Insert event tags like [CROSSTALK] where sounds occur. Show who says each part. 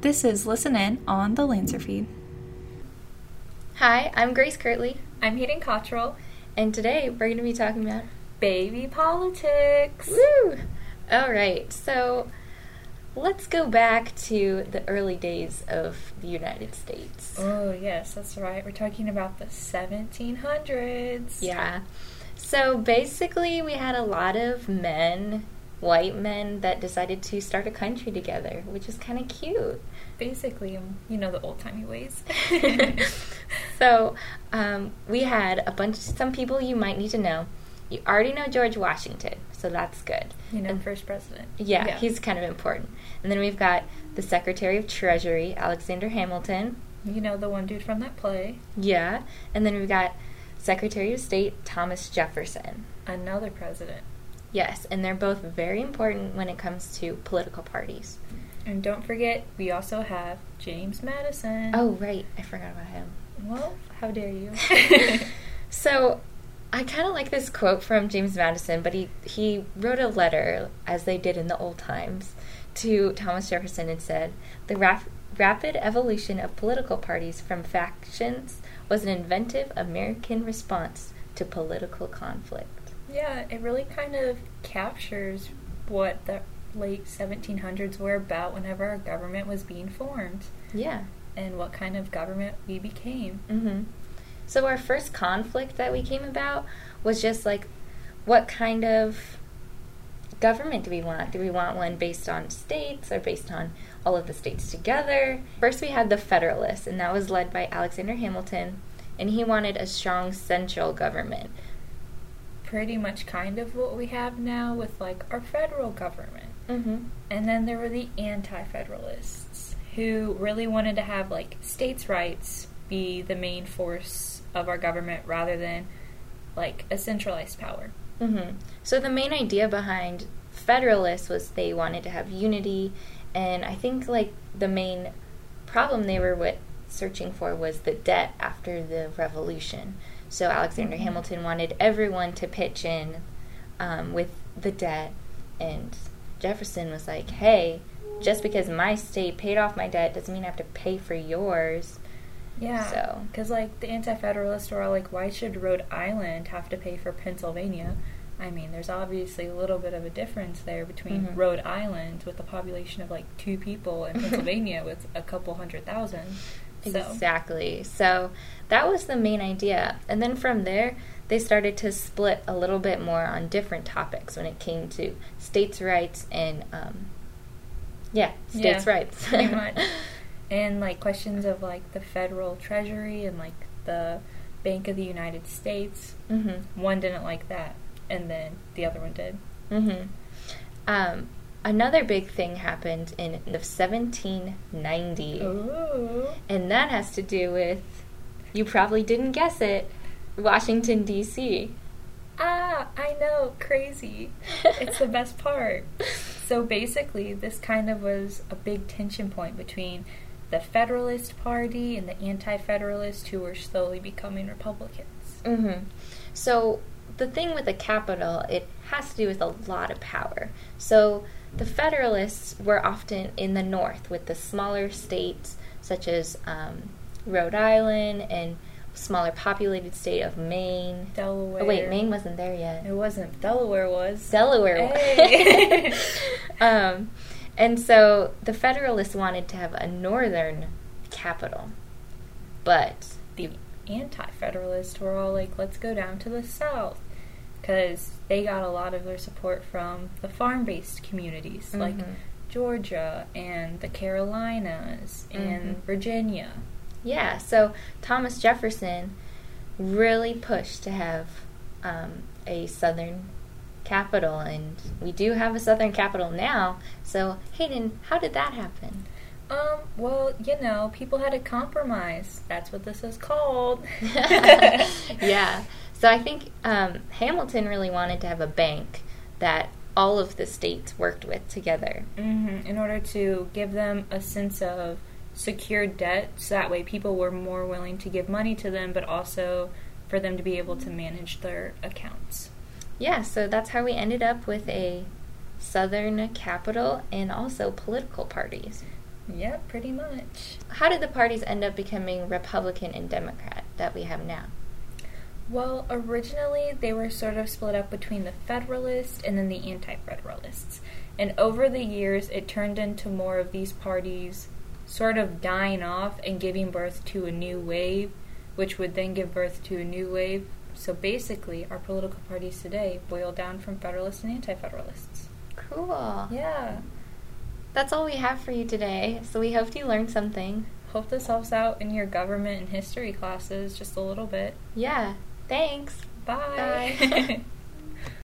Speaker 1: This is Listen In on the Lancer feed.
Speaker 2: Hi, I'm Grace Kirtley,
Speaker 3: I'm Hayden Cottrell.
Speaker 2: and today we're going to be talking about.
Speaker 3: Baby politics.
Speaker 2: Woo! All right, so let's go back to the early days of the United States.
Speaker 3: Oh yes, that's right. We're talking about the 1700s.
Speaker 2: Yeah. So basically, we had a lot of men, white men, that decided to start a country together, which is kind
Speaker 3: [LAUGHS]
Speaker 2: of cute.
Speaker 3: Basically, um, you know the old timey ways.
Speaker 2: [LAUGHS] so um, we had a bunch some people you might need to know. You already know George Washington, so that's good.
Speaker 3: you know,
Speaker 2: And-
Speaker 3: first president.
Speaker 2: Yeah, he's kind of important. And then we've got the Secretary of Treasury, Alexander Hamilton.
Speaker 3: you know the one dude from that play.
Speaker 2: Yeah. And then we've got Secretary of State Thomas Jefferson.
Speaker 3: Another president.
Speaker 2: Yes, and they're both very important when it comes to political parties.
Speaker 3: And don't forget, we also have James Madison.
Speaker 2: Oh, right. I forgot about him.
Speaker 3: well, how dare you?
Speaker 2: [LAUGHS] So, I kind of like this quote from James Madison, but he, he wrote a letter, as they did in the old times, to Thomas Jefferson and said, The rap- rapid evolution of political parties from factions was an inventive American response to political conflict.
Speaker 3: yeah, it really kind of captures what the late 1700s were about whenever our government was being formed
Speaker 2: Yeah.
Speaker 3: and what kind of government we became.
Speaker 2: hmm So our first conflict that we came about was just like, what kind of government do we want? Do we want one based on states or based on all of the states together? First, we had the Federalists, and that was led by Alexander Hamilton, and he wanted a strong central government.
Speaker 3: pretty much kind of what we have now with like our federal government.
Speaker 2: Mm-hmm.
Speaker 3: And then there were the anti federalists who really wanted to have like states' rights be the main force of our government rather than like a centralized power.
Speaker 2: hmm So the main idea behind Federalists was they wanted to have unity, and I think like the main problem they were wi- searching for was the debt after the Revolution. So Alexander
Speaker 3: Mhm.
Speaker 2: Hamilton wanted everyone to pitch in um, with the debt, and Jefferson was like, "Hey, just because my state paid off my debt doesn't mean I have to pay for yours."
Speaker 3: Yeah.
Speaker 2: So-
Speaker 3: Because like the anti federalists were all like, why should Rhode Island have to pay for Pennsylvania? I mean, there's obviously a little bit of a difference there between
Speaker 2: Mhm.
Speaker 3: Rhode Island with a population of like two people
Speaker 2: [LAUGHS]
Speaker 3: and Pennsylvania with a couple hundred thousand. So-
Speaker 2: Exactly. So that was the main idea. And then from there, they started to split a little bit more on different topics when it came to states' rights and, um, yeah, states'
Speaker 3: Yeah,
Speaker 2: rights.
Speaker 3: pretty
Speaker 2: [LAUGHS]
Speaker 3: much. and like questions of like the federal treasury and like the Bank of the United States.
Speaker 2: hmm
Speaker 3: One didn't like that, and then the other one did.
Speaker 2: hmm Um, another big thing happened in the 1790,
Speaker 3: Oh. Ooh.
Speaker 2: and that has to do with, you probably didn't guess it, Washington, D.C.
Speaker 3: Ah, I know, crazy. it's the best part. So basically, this kind of was a big tension point between the Federalist Party and the Anti Federalists who were slowly becoming Republicans.
Speaker 2: hmm So the thing with the capital, it has to do with a lot of power. So the Federalists were often in the north with the smaller states such as um, Rhode Island and smaller populated state of Maine.
Speaker 3: Delaware.
Speaker 2: Oh, wait, Maine wasn't there yet.
Speaker 3: It wasn't. Delaware was.
Speaker 2: Delaware. wa-
Speaker 3: Hey.
Speaker 2: [LAUGHS]
Speaker 3: [LAUGHS]
Speaker 2: um, and so the Federalists wanted to have a northern capital, but
Speaker 3: the anti-federalists were all like let's go down to the south because they got a lot of their support from the farm-based communities like
Speaker 2: Mhm.
Speaker 3: georgia and the carolinas and
Speaker 2: Mhm.
Speaker 3: virginia
Speaker 2: Yeah, so Thomas Jefferson really pushed to have um, a southern capital, and we do have a southern capital now. So, Hayden, how did that happen? [LAUGHS]
Speaker 3: um well you know people had a compromise that's what this is called
Speaker 2: [LAUGHS]
Speaker 3: [LAUGHS]
Speaker 2: yeah, so I think um, Hamilton really wanted to have a bank that all of the states worked with together.
Speaker 3: hmm in order to give them a sense of secured debt so that way people were more willing to give money to them but also for them to be able to manage their accounts
Speaker 2: Yeah, so that's how we ended up with a southern capital and also political parties.
Speaker 3: Yep, pretty much.
Speaker 2: How did the parties end up becoming Republican and Democrat that we have now?
Speaker 3: Well, originally they were sort of split up between the Federalists and then the Anti Federalists. And over the years, it turned into more of these parties sort of dying off and giving birth to a new wave, which would then give birth to a new wave. So basically, our political parties today boil down from Federalists and Anti Federalists.
Speaker 2: Cool.
Speaker 3: Yeah.
Speaker 2: That's all we have for you today. So we hope you learned something.
Speaker 3: Hope this helps out in your government and history classes just a little bit.
Speaker 2: Yeah. Thanks.
Speaker 3: Bye.
Speaker 2: Bye.
Speaker 3: [LAUGHS]